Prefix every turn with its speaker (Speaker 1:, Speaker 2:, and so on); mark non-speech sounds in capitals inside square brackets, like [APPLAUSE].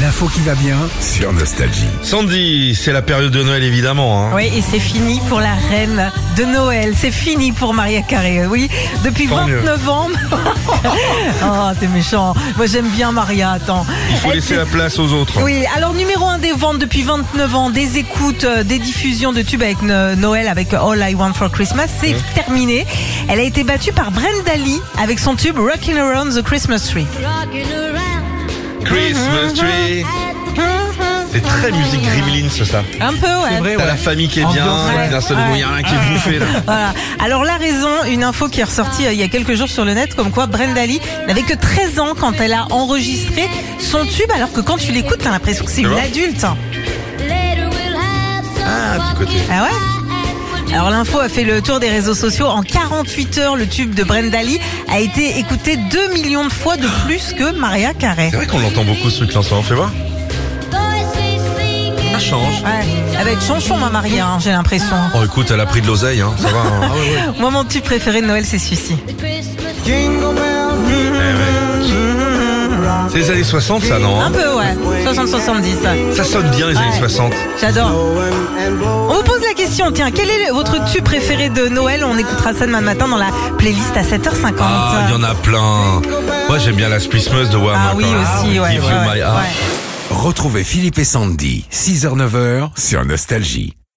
Speaker 1: L'info qui va bien sur Nostalgie.
Speaker 2: Sandy, c'est la période de Noël évidemment. Hein.
Speaker 3: Oui, et c'est fini pour la reine de Noël. C'est fini pour Maria Carré. Oui, depuis
Speaker 2: Tant mieux.
Speaker 3: 29 ans. [LAUGHS] oh, t'es méchant. Moi, j'aime bien Maria. Attends.
Speaker 2: Il faut
Speaker 3: Elle
Speaker 2: laisser
Speaker 3: fait-
Speaker 2: la place aux autres.
Speaker 3: Oui, alors numéro un des ventes depuis 29 ans, des écoutes, euh, des diffusions de tubes avec euh, Noël, avec All I Want for Christmas, c'est terminé. Elle a été battue par Brenda Lee avec son tube Rockin' Around the Christmas Tree.
Speaker 4: Rocking around
Speaker 3: Mhm.
Speaker 2: Christmas tree.
Speaker 4: at the Christmas
Speaker 2: C'est très musique Gremlins ça.
Speaker 3: Un peu, ouais.
Speaker 1: vrai,
Speaker 2: T'as la famille qui est
Speaker 1: Ambiance,
Speaker 2: bien,
Speaker 3: ouais.
Speaker 2: et d'un seul coup,
Speaker 3: Ouais.
Speaker 2: y a un qui est bouffé là.
Speaker 3: Voilà. Alors la raison, une info qui est ressortie euh, il y a quelques jours sur le net, comme quoi Brenda Lee n'avait que 13 ans quand elle a enregistré son tube, alors que quand tu l'écoutes, t'as l'impression que c'est une
Speaker 2: vrai
Speaker 3: adulte.
Speaker 4: Later we'll have some
Speaker 2: Ah, du côté.
Speaker 3: Ah ouais
Speaker 4: and we'll
Speaker 3: Alors l'info a fait le tour des réseaux sociaux. En 48 heures, le tube de Brenda Lee a été écouté 2 millions de fois de plus que Maria Carey.
Speaker 2: C'est vrai qu'on l'entend beaucoup ce truc là, ça on fait voir.
Speaker 4: do voices singing.
Speaker 2: Ça change.
Speaker 3: Ouais, elle va être chanson ma Maria, hein, j'ai l'impression.
Speaker 2: Oh écoute, elle a pris de l'oseille, hein. ça va. hein.
Speaker 3: Ah, Moi mon tube préféré de Noël c'est celui-ci.
Speaker 4: The Christmas
Speaker 2: Eh ouais. C'est les années 60 ça non
Speaker 3: Un
Speaker 2: hein
Speaker 3: peu ouais, 60-70.
Speaker 2: Ça sonne bien les années
Speaker 3: Ouais.
Speaker 2: 60.
Speaker 3: J'adore. On vous pose la question, tiens, quel est le- votre tube préféré de Noël On écoutera ça demain matin dans la playlist à 7h50.
Speaker 2: Ah, il y en a plein. Moi j'aime bien Last Christmas de Wham.
Speaker 3: Ah
Speaker 2: encore.
Speaker 3: oui aussi, ouais.
Speaker 2: Give
Speaker 3: ouais,
Speaker 2: you my
Speaker 3: ouais,
Speaker 2: heart.
Speaker 3: ouais.
Speaker 1: Retrouvez Philippe et Sandy, 6h-9h sur Nostalgie.